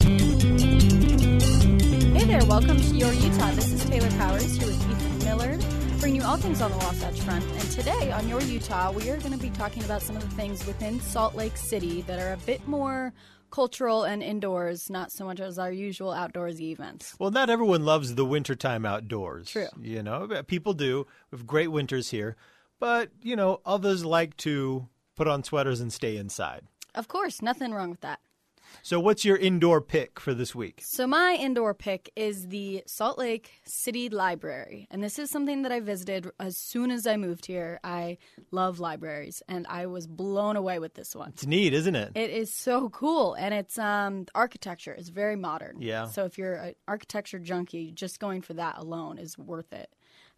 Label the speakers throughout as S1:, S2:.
S1: Hey there, welcome to Your Utah. This is Taylor Powers here with Ethan Miller, bringing you all things on the Wasatch Front. And today on Your Utah, we are going to be talking about some of the things within Salt Lake City that are a bit more cultural and indoors, not so much as our usual outdoorsy events.
S2: Well, not everyone loves the wintertime outdoors.
S1: True.
S2: You know, but people do. We have great winters here. But, you know, others like to put on sweaters and stay inside.
S1: Of course, nothing wrong with that.
S2: So, what's your indoor pick for this week?
S1: So, my indoor pick is the Salt Lake City Library. And this is something that I visited as soon as I moved here. I love libraries, and I was blown away with this one.
S2: It's neat, isn't it?
S1: It is so cool, and it's um the architecture is very modern.
S2: Yeah.
S1: So if you're an architecture junkie, just going for that alone is worth it.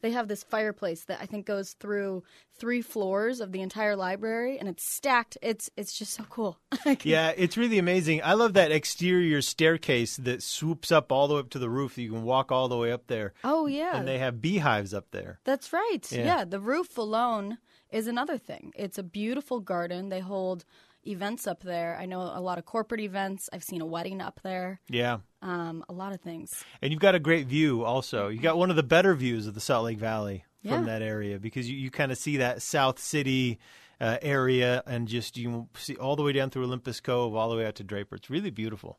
S1: They have this fireplace that I think goes through three floors of the entire library, and it's stacked. It's it's just so cool.
S2: Yeah, it's really amazing. I love that exterior staircase that swoops up all the way up to the roof. You can walk all the way up there.
S1: Oh yeah.
S2: And they have beehives up there.
S1: That's right. Yeah.
S2: Yeah.
S1: the roof alone is another thing. It's a beautiful garden. They hold events up there. I know a lot of corporate events. I've seen a wedding up there.
S2: Yeah.
S1: Um, a lot of things.
S2: And you've got a great view also. You got one of the better views of the Salt Lake Valley
S1: Yeah.
S2: from that area because you, you kind of see that South City uh, area and just you see all the way down through Olympus Cove, all the way out to Draper. It's really beautiful.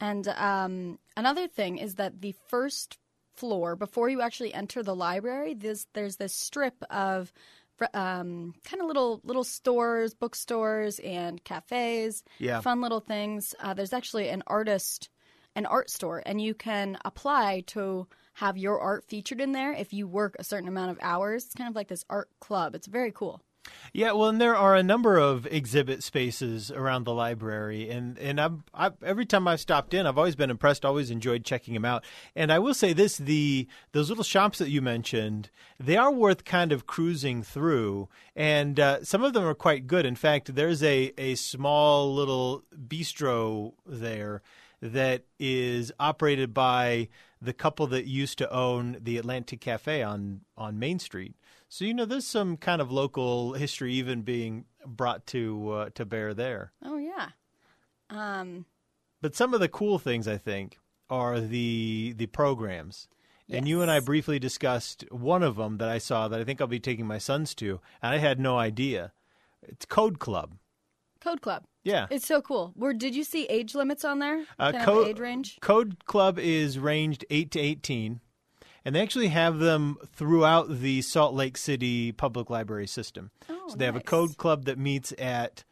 S1: And um, another thing is that the first floor, before you actually enter the library, this, there's this strip of um, kind of little little stores, bookstores, and cafes.
S2: Yeah.
S1: fun little things. Uh, there's actually an artist, an art store, and you can apply to have your art featured in there if you work a certain amount of hours. It's kind of like this art club. It's very cool.
S2: Yeah, well, and there are a number of exhibit spaces around the library, and and I'm, I every time I've stopped in, I've always been impressed. Always enjoyed checking them out. And I will say this: the those little shops that you mentioned, they are worth kind of cruising through, and uh, some of them are quite good. In fact, there's a a small little bistro there that is operated by the couple that used to own the Atlantic Cafe on on Main Street. So you know, there's some kind of local history even being brought to uh, to bear there.
S1: Oh yeah. Um,
S2: But some of the cool things I think are the the programs. And you and I
S1: Yes.
S2: briefly discussed one of them that I saw that I think I'll be taking my sons to, and I had no idea. It's Code Club.
S1: Code Club.
S2: Yeah. Uh,
S1: It's so cool. Where did you see age limits on there? kind of
S2: Code
S1: age range.
S2: Code Club is ranged eight to eighteen, and they actually have them throughout the Salt Lake City public library system.
S1: Oh,
S2: so they have a
S1: nice.
S2: Code Club that meets at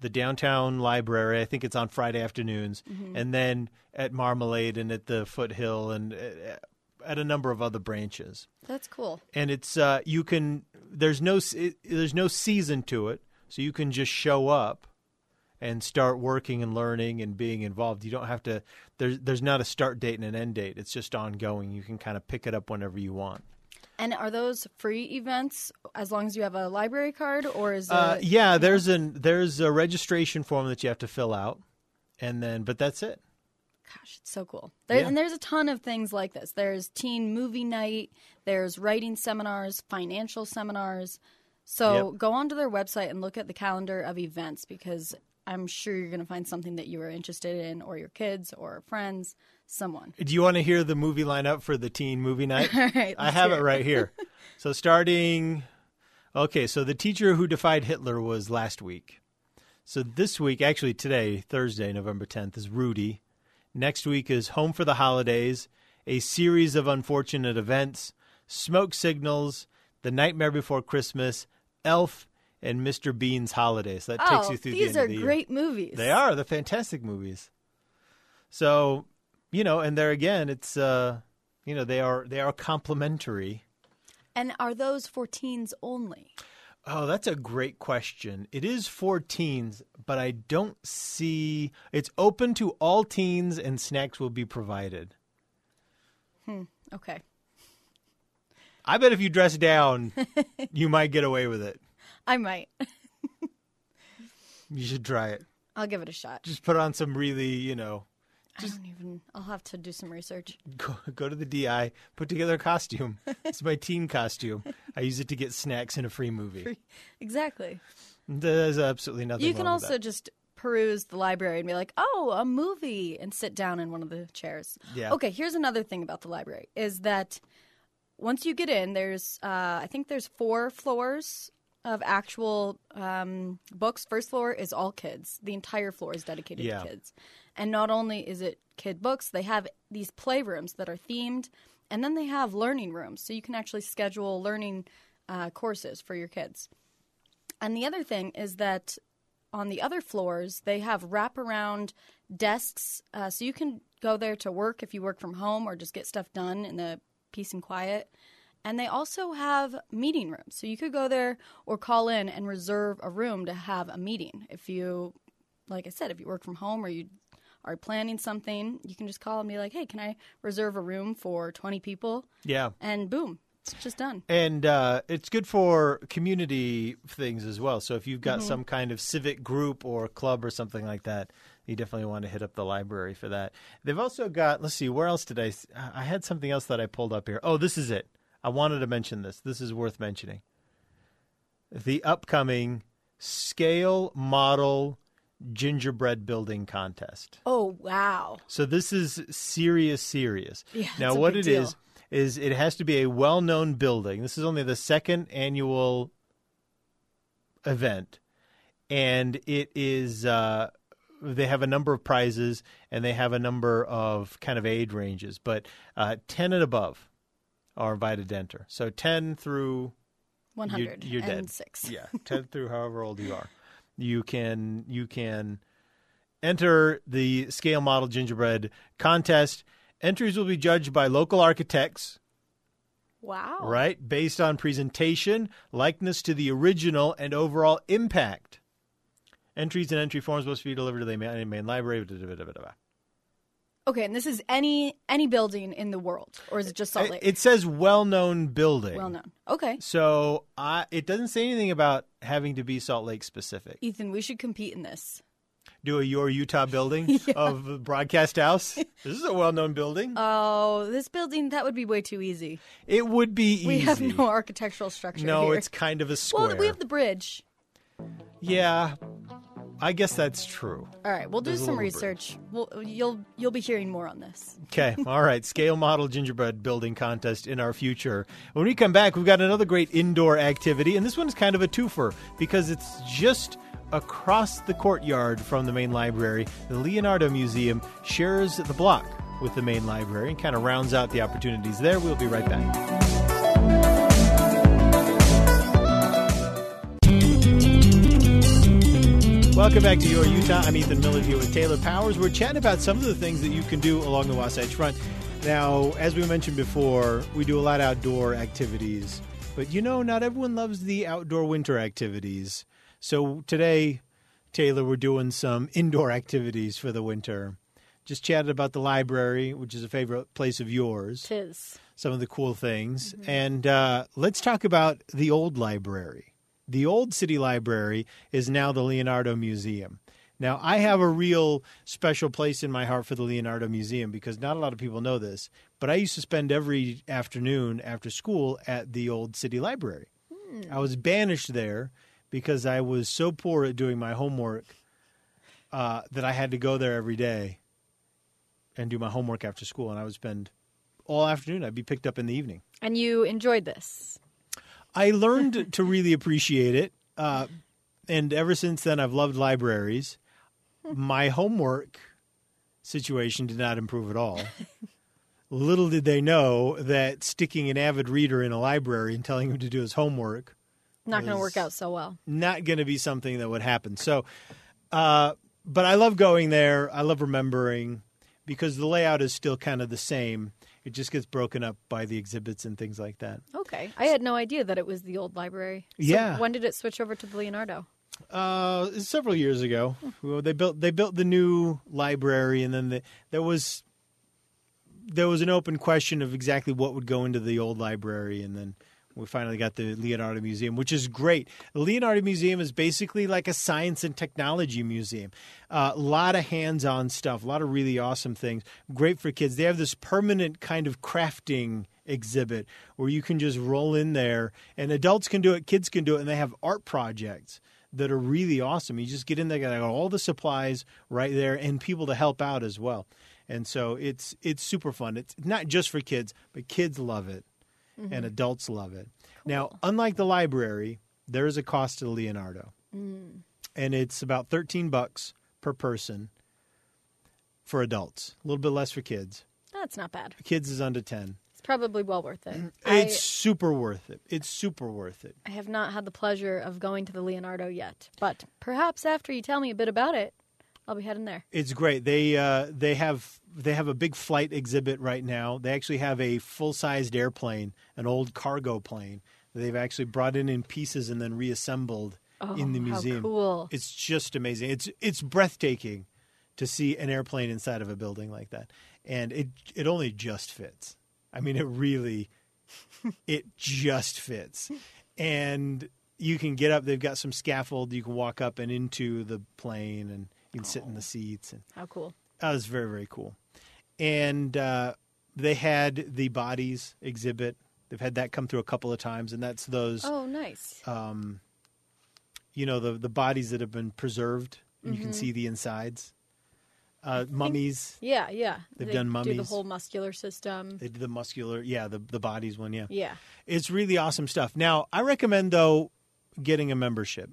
S2: the downtown library. I think it's on Friday afternoons,
S1: Mm-hmm.
S2: and then at Marmalade and at the Foothill and uh, at a number of other branches.
S1: That's cool.
S2: And it's uh, you can there's no se- there's no season to it, so you can just show up and start working and learning and being involved. You don't have to there's there's not a start date and an end date. It's just ongoing. You can kind of pick it up whenever you want.
S1: And are those free events as long as you have a library card, or is
S2: Uh,
S1: it?
S2: yeah, there's an there's a registration form that you have to fill out, and then but that's it.
S1: Gosh, it's so cool. There,
S2: Yeah.
S1: And there's a ton of things like this. There's teen movie night. There's writing seminars, financial seminars. So go onto their website and look at the calendar of events because I'm sure you're going to find something that you are interested in, or your kids, or friends, someone.
S2: Do you want to hear the movie lineup for the teen movie night?
S1: All right,
S2: I
S1: let's
S2: have
S1: hear
S2: it right here. so starting, okay, so the teacher who defied Hitler was last week. So this week, actually today, Thursday, November 10th, is Rudy. Next week is Home for the Holidays, a series of unfortunate events, smoke signals, The Nightmare Before Christmas, Elf, and Mr. Bean's Holidays. That takes
S1: oh,
S2: you through the
S1: these
S2: end
S1: are
S2: of the year.
S1: great movies.
S2: They are. They're fantastic movies. So, you know, and there again, it's uh, you know, they are they are complementary.
S1: And are those for teens only?
S2: Oh, that's a great question. It is for teens, but I don't see it's open to all teens and snacks will be provided.
S1: Okay.
S2: I bet if you dress down, you might get away with it.
S1: I might.
S2: You should try it.
S1: I'll give it a shot.
S2: Just put on some really, you know,
S1: I don't even. I'll have to do some research.
S2: go, go to the DI, put together a costume. It's my teen costume. I use it to get snacks in a free movie.
S1: Exactly.
S2: There's absolutely nothing
S1: You can
S2: wrong with
S1: also
S2: that.
S1: just peruse the library and be like, "Oh, a movie," and sit down in one of the chairs.
S2: Yeah.
S1: Okay. Here's another thing about the library is that once you get in, there's uh, I think there's four floors of actual um, books. First floor is all kids. The entire floor is dedicated
S2: Yeah.
S1: to kids. And not only is it kid books, they have these playrooms that are themed, and then they have learning rooms, so you can actually schedule learning uh, courses for your kids. And the other thing is that on the other floors, they have wraparound desks. Uh, so you can go there to work if you work from home or just get stuff done in the peace and quiet. And they also have meeting rooms. So you could go there or call in and reserve a room to have a meeting. If you, like I said, if you work from home or you are planning something, you can just call and be like, hey, can I reserve a room for 20 people?
S2: Yeah.
S1: And boom, it's just done.
S2: And uh, it's good for community things as well. So if you've got
S1: Mm-hmm.
S2: some kind of civic group or club or something like that, you definitely want to hit up the library for that. They've also got, let's see, where else did I? s- I had something else that I pulled up here. Oh, this is it. I wanted to mention this. This is worth mentioning. The upcoming scale model gingerbread building contest.
S1: Oh, wow.
S2: So this is serious, serious.
S1: Yeah,
S2: now
S1: it's a
S2: what
S1: big
S2: it
S1: deal.
S2: is is it has to be a well-known building. This is only the second annual event, and it is. Uh, they have a number of prizes and they have a number of kind of age ranges, but uh, ten and above are invited to enter. So ten through
S1: 106.
S2: you're dead. yeah, ten through however old you are, you can you can enter the scale model gingerbread contest. Entries will be judged by local architects,
S1: Wow.
S2: right, based on presentation, likeness to the original, and overall impact. Entries and entry forms must be delivered to the main, main library. blah, blah, blah, blah, blah.
S1: Okay, and this is any any building in the world, or is it just Salt
S2: It,
S1: Lake?
S2: it says well-known building.
S1: well known. Okay,
S2: So I, it doesn't say anything about having to be Salt Lake specific.
S1: Ethan, we should compete in this.
S2: do a your Utah building of the broadcast house. This is a well-known building.
S1: Oh, this building that would be way too easy.
S2: it would be easy.
S1: We have no architectural structure.
S2: No,
S1: here.
S2: it's kind of a
S1: well,
S2: square.
S1: we have the bridge.
S2: yeah, I guess that's true.
S1: All right, we'll do
S2: There's a
S1: some
S2: little
S1: research. We'll, you'll you'll be hearing more on this.
S2: Okay, all right. Scale model gingerbread building contest in our future. When we come back, we've got another great indoor activity, and this one's kind of a twofer because it's just across the courtyard from the main library. The Leonardo Museum shares the block with the main library and kind of rounds out the opportunities there. We'll be right back. Welcome back to Your Utah. I'm Ethan Miller here with Taylor Powers. We're chatting about some of the things that you can do along the Wasatch Front. Now, as we mentioned before, we do a lot of outdoor activities, but you know, not everyone loves the outdoor winter activities. So today, Taylor, we're doing some indoor activities for the winter. Just chatted about the library, which is a favorite place of yours,
S1: Tis.
S2: some of the cool things. And uh, let's talk about the old library. The old city library is now the Leonardo Museum. Now, I have a real special place in my heart for the Leonardo Museum because not a lot of people know this, but I used to spend every afternoon after school at the old city library. I was banished there because I was so poor at doing my homework uh, that I had to go there every day and do my homework after school, and I would spend all afternoon. I'd be picked up in the evening.
S1: And you enjoyed this.
S2: I learned to really appreciate it, uh, and ever since then, I've loved libraries. My homework situation did not improve at all. Little did they know that sticking an avid reader in a library and telling him to do his homework
S1: Not going to
S2: Was-
S1: work out so well.
S2: not going to be something that would happen. So, uh, but I love going there. I love remembering. because the layout is still kind of the same. It just gets broken up by the exhibits and things like that.
S1: Okay. I had no idea that it was the old library. So
S2: Yeah.
S1: When did it switch over to the Leonardo?
S2: Uh, several years ago, Well, they built they built the new library, and then the, there was there was an open question of exactly what would go into the old library, and then we finally got the Leonardo Museum, which is great. The Leonardo Museum is basically like a science and technology museum. A lot of hands-on stuff, a lot of really awesome things. Great for kids. They have this permanent kind of crafting exhibit where you can just roll in there, and adults can do it, kids can do it, and they have art projects that are really awesome. You just get in there, got all the supplies right there, and people to help out as well. And so it's it's super fun. It's not just for kids, but kids love it, and adults love it. Now, unlike the library, there is a cost to Leonardo, and it's about thirteen bucks per person for adults. A little bit less for kids.
S1: That's not bad.
S2: Kids is under ten.
S1: It's probably well worth it.
S2: It's super worth it. It's super worth it.
S1: I, I have not had the pleasure of going to the Leonardo yet, but perhaps after you tell me a bit about it, I'll be heading there.
S2: It's great. They uh, they have they have a big flight exhibit right now. They actually have a full sized airplane, an old cargo plane that they've actually brought in in pieces and then reassembled
S1: Oh,
S2: in the
S1: how
S2: museum.
S1: cool.
S2: It's just amazing. It's it's breathtaking to see an airplane inside of a building like that, and it it only just fits. I mean, it really it just fits. And you can get up. They've got some scaffold. You can walk up and into the plane, and you can sit in the seats. And
S1: How cool.
S2: that was very very cool. And uh, they had the bodies exhibit. They've had that come through a couple of times, and that's those
S1: Oh, nice.
S2: Uh, you know the the bodies that have been preserved, and you can see
S1: Mm-hmm.
S2: the insides. Uh, mummies.
S1: yeah, yeah.
S2: they've
S1: They
S2: done
S1: Do the
S2: mummies.
S1: whole muscular system.
S2: They did the muscular, yeah, the the bodies one, yeah.
S1: yeah.
S2: It's really awesome stuff. Now, I recommend though getting a membership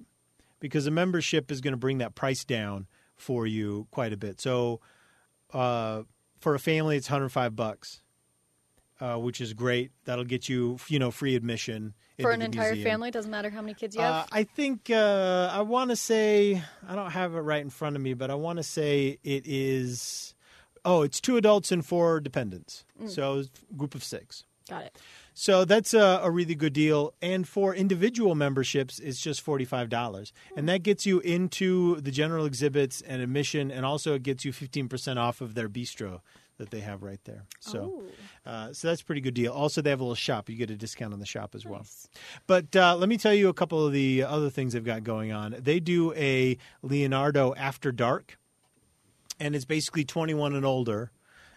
S2: because a membership is going to bring that price down for you quite a bit. So, uh, for a family, it's 105 bucks, uh, which is great. That'll get you, you know, free admission
S1: For an
S2: into the
S1: entire
S2: museum.
S1: family, doesn't matter how many kids you
S2: Uh,
S1: have.
S2: I think uh, I want to say I don't have it right in front of me, but I want to say it is. Oh, it's two adults and four dependents, so it's a group of six.
S1: Got it.
S2: So that's a, a really good deal. And for individual memberships, it's just $45. And that gets you into the general exhibits and admission, and also it gets you 15% off of their bistro that they have right there.
S1: Oh.
S2: So, uh, so that's a pretty good deal. Also, they have a little shop. You get a discount on the shop as well. But uh, let me tell you a couple of the other things they've got going on. They do a Leonardo After Dark and it's basically 21 and older.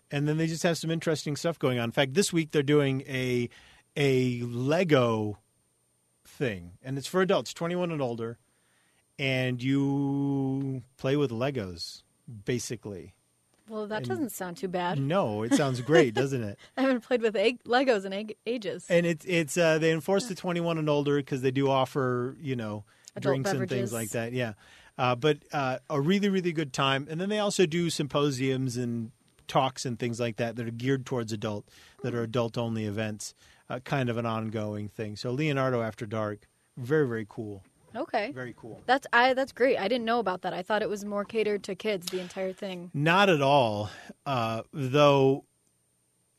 S2: And then they just have some interesting stuff going on. In fact, this week they're doing a a Lego thing, and it's for adults 21 and older, and you play with Legos basically.
S1: Well, that doesn't sound too bad.
S2: No, it sounds great, doesn't it?
S1: I haven't played with egg- Legos in egg- ages.
S2: And it's it's uh, they enforce the 21 and older because they do offer you know
S1: Adult
S2: drinks and
S1: beverages.
S2: things like that. Yeah, uh, but uh, a really really good time. And then they also do symposiums and talks and things like that that are geared towards adult that
S1: Hmm.
S2: are adult only events. Uh, kind of an ongoing thing. So Leonardo After Dark, very very cool,
S1: Okay.
S2: very cool.
S1: That's I. That's great. I didn't know about that. I thought it was more catered to kids. The entire thing.
S2: Not at all, uh, though.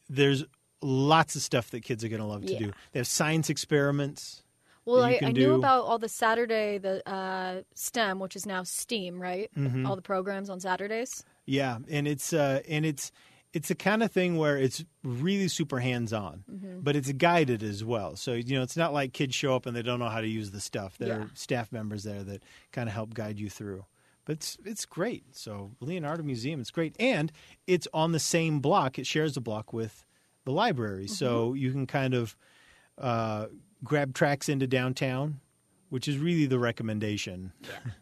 S2: There's lots of stuff that kids are going to love to
S1: Yeah.
S2: do. They have science experiments.
S1: Well,
S2: you
S1: I,
S2: can
S1: I
S2: do-
S1: knew about all the Saturday the uh, STEM, which is now STEAM, right?
S2: Mm-hmm.
S1: All the programs on Saturdays.
S2: Yeah, and it's uh, and it's it's the kind of thing where it's really super hands on,
S1: Mm-hmm.
S2: but it's guided as well. So you know, it's not like kids show up and they don't know how to use the stuff. There
S1: Yeah.
S2: are staff members there that kind of help guide you through. But it's it's great. So Leonardo Museum, it's great, and it's on the same block. It shares a block with the library,
S1: Mm-hmm.
S2: so you can kind of uh, grab tracks into downtown, which is really the recommendation.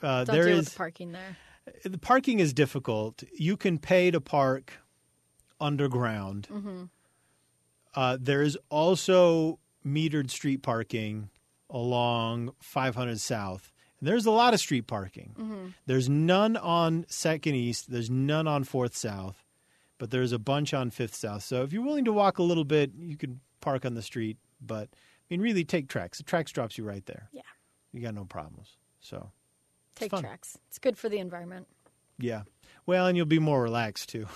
S2: Uh,
S1: Don't
S2: there
S1: deal
S2: is
S1: with the parking there.
S2: the parking is difficult. You can pay to park underground. Uh, there is also metered street parking along 500 South. And there's a lot of street parking. There's none on Second East. There's none on Fourth South, but there's a bunch on Fifth South. So if you're willing to walk a little bit, you can park on the street. But I mean, really, take tracks. The tracks drops you right there.
S1: Yeah,
S2: You got no problems. So
S1: take
S2: fun.
S1: tracks. It's good for the environment.
S2: yeah. Well, and you'll be more relaxed too.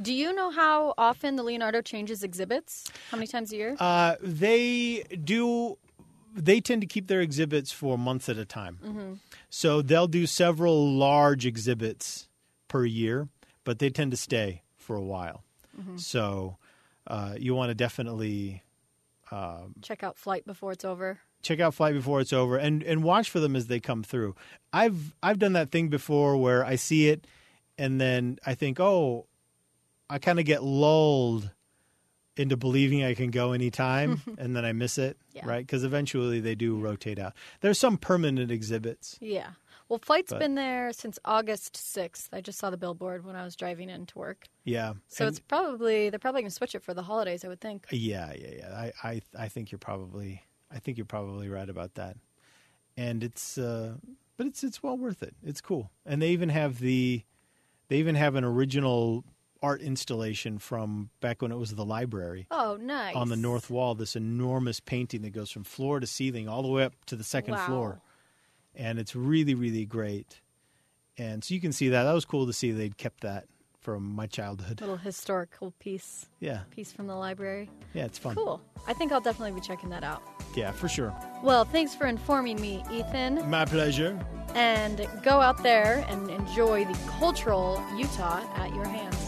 S1: Do you know how often the Leonardo changes exhibits? How many times a year?
S2: Uh, they do. They tend to keep their exhibits for months at a time, so they'll do several large exhibits per year, but they tend to stay for a while. So uh, you want to definitely
S1: Check out flight before it's over.
S2: check out flight before it's over and and watch for them as they come through i've i've done that thing before where i see it and then i think oh i kind of get lulled into believing i can go anytime and then i miss it
S1: Yeah.
S2: right because eventually they do rotate out there's some permanent exhibits
S1: Yeah. Well, flight's
S2: But-
S1: been there since August 6th. I just saw the billboard when I was driving in to work.
S2: yeah
S1: So
S2: And-
S1: it's probably, they're probably going to switch it for the holidays, I would think.
S2: yeah yeah yeah I, I i think you're probably i think you're probably right about that and it's uh but it's it's well worth it it's cool and they even have the they even have an original art installation from back when it was the library
S1: Oh, nice.
S2: on the north wall this enormous painting that goes from floor to ceiling all the way up to the second
S1: Wow.
S2: floor and it's really really great and so you can see that that was cool to see they'd kept that from my childhood
S1: Little historical piece,
S2: yeah
S1: piece from the library.
S2: yeah it's fun
S1: Cool. I think I'll definitely be checking that out.
S2: yeah for sure
S1: Well, thanks for informing me, Ethan.
S2: my pleasure
S1: And go out there and enjoy the cultural Utah at your hands.